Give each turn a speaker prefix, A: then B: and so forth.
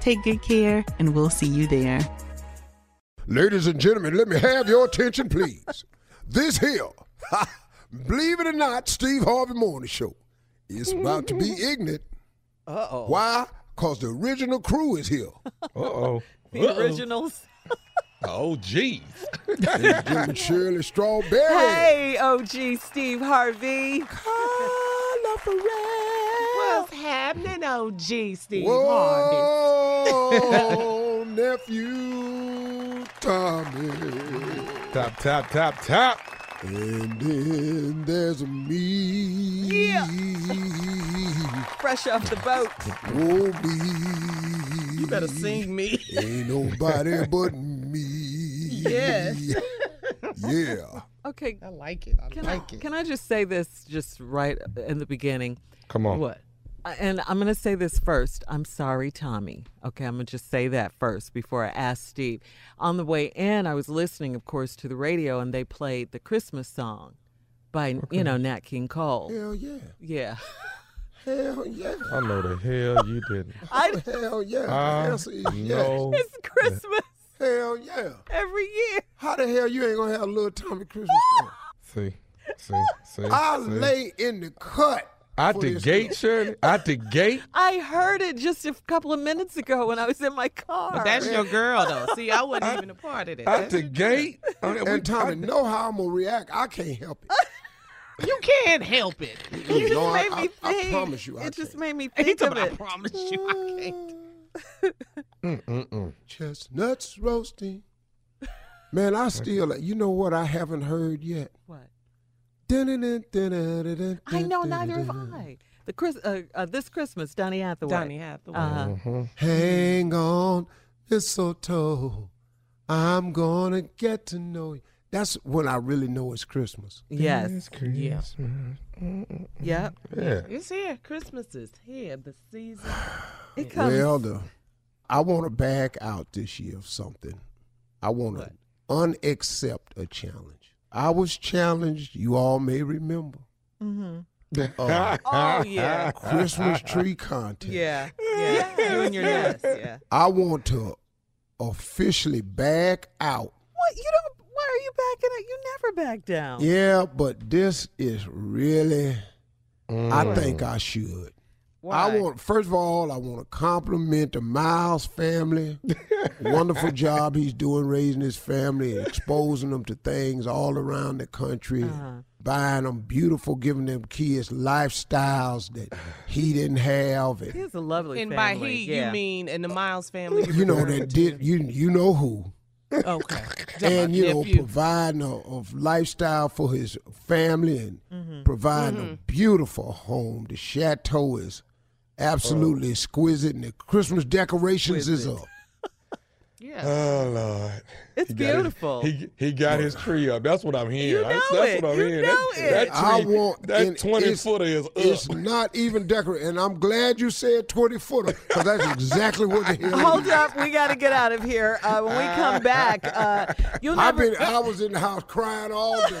A: Take good care, and we'll see you there.
B: Ladies and gentlemen, let me have your attention, please. this here, believe it or not, Steve Harvey Morning Show is about to be ignorant. Uh-oh. Why? Because the original crew is here.
C: Uh-oh.
D: The originals.
C: Oh, geez.
B: Ladies and gentlemen, Shirley Strawberry.
D: Hey, OG Steve Harvey. What's happening, OG Steve Harvey?
B: Whoa, nephew Tommy.
C: Top, top, top, top.
B: And then there's me.
D: Yeah. Fresh off the boat.
B: Oh, me.
D: You better sing me.
B: Ain't nobody but me.
D: Yes.
B: Yeah.
E: Okay,
D: I like it. I
E: can I, can I just say this just right in the beginning?
C: Come on.
E: What? I- And I'm going to say this first. I'm sorry, Tommy. Okay, I'm going to just say that first before I ask Steve. On the way in, I was listening, of course, to the radio, and they played the Christmas song by, you know, Nat King Cole.
B: Hell yeah.
E: Yeah.
B: Hell yeah.
C: I know the hell you didn't.
D: Oh,
E: I,
B: Hell yeah.
C: I
B: Answer is yes.
C: know.
E: it's Christmas
B: Hell yeah.
E: every year.
B: How the hell you ain't gonna have a little Tommy Christmas? story?
C: See, see, see.
B: I
C: see.
B: lay in the cut.
C: Out
B: for
C: the
B: this
C: gate, Shirley. Out the gate.
E: I heard it just a couple of minutes ago when I was in my car.
D: But that's your girl, though. See, I wasn't even a part of that.
C: Out
D: That's
C: the
D: your girl.
C: gate. I mean, we-
B: And Tommy know how I'm gonna react. I can't help it.
D: You can't help it.
E: You just
B: No, I-
E: made me
B: I- I
E: think.
B: promise you I
E: it just
B: can't.
E: made me
D: He
E: think
D: told
E: of
D: me, I
E: it.
D: promise you, I can't.
B: Chestnuts roasting. Man, I still you know what I haven't heard yet.
E: What? I
B: I
E: know, neither have I. The Chris, uh, uh, this Christmas, Donny Hathaway.
D: Donny Hathaway.
E: Uh-huh.
B: Mm-hmm. Hang on, mistletoe. I'm gonna get to know you. That's when I really know it's Christmas.
E: Yes.
D: Yeah.
E: Yep.
C: yeah.
D: It's here. Christmas is here. The season.
E: It comes.
B: Well, the, I want to back out this year of something. I want to unaccept a challenge. I was challenged, you all may remember, Uh,
E: Mhm.
D: Mm-hmm. Oh, yeah.
B: Christmas tree contest.
D: Yeah. Yeah. you and your nuts. Yeah.
B: I want to officially back out.
E: What you don't? Why are you backing up? You never back down.
B: Yeah, but this is really. I think I should. I
D: Why?
B: want first of all, I want to compliment the Miles family. Wonderful job he's doing raising his family and exposing them to things all around the country, buying them beautiful, giving them kids lifestyles that he didn't have.
E: He
B: And,
E: has a lovely
D: And by
E: family.
D: he,
E: yeah.
D: you mean and the Miles family.
B: you know
D: referring
B: that
D: to.
B: did you you know who.
D: Okay.
B: and you know
D: nephew.
B: providing a, a lifestyle for his family and providing a beautiful home. The chateau is absolutely exquisite, and the Christmas decorations is up.
D: Yeah.
C: Oh Lord,
E: It's
C: He got his-
E: beautiful.
C: he he got his tree up. That's what I'm hearing.
E: You
C: that's,
E: know
C: that's
E: it.
C: what I'm
E: You
C: hearing.
E: know
C: that,
E: it.
C: that
B: I
C: tree-
B: want and
C: that twenty
B: it's-
C: footer is
B: It's
C: up.
B: not even decorated, and I'm glad you said twenty footer because that's exactly what the hell. it
E: Hold
B: is.
E: up, we got to get out of here. Uh, when we come back, uh, you'll
B: I've
E: never.
B: been hours in the house crying all day.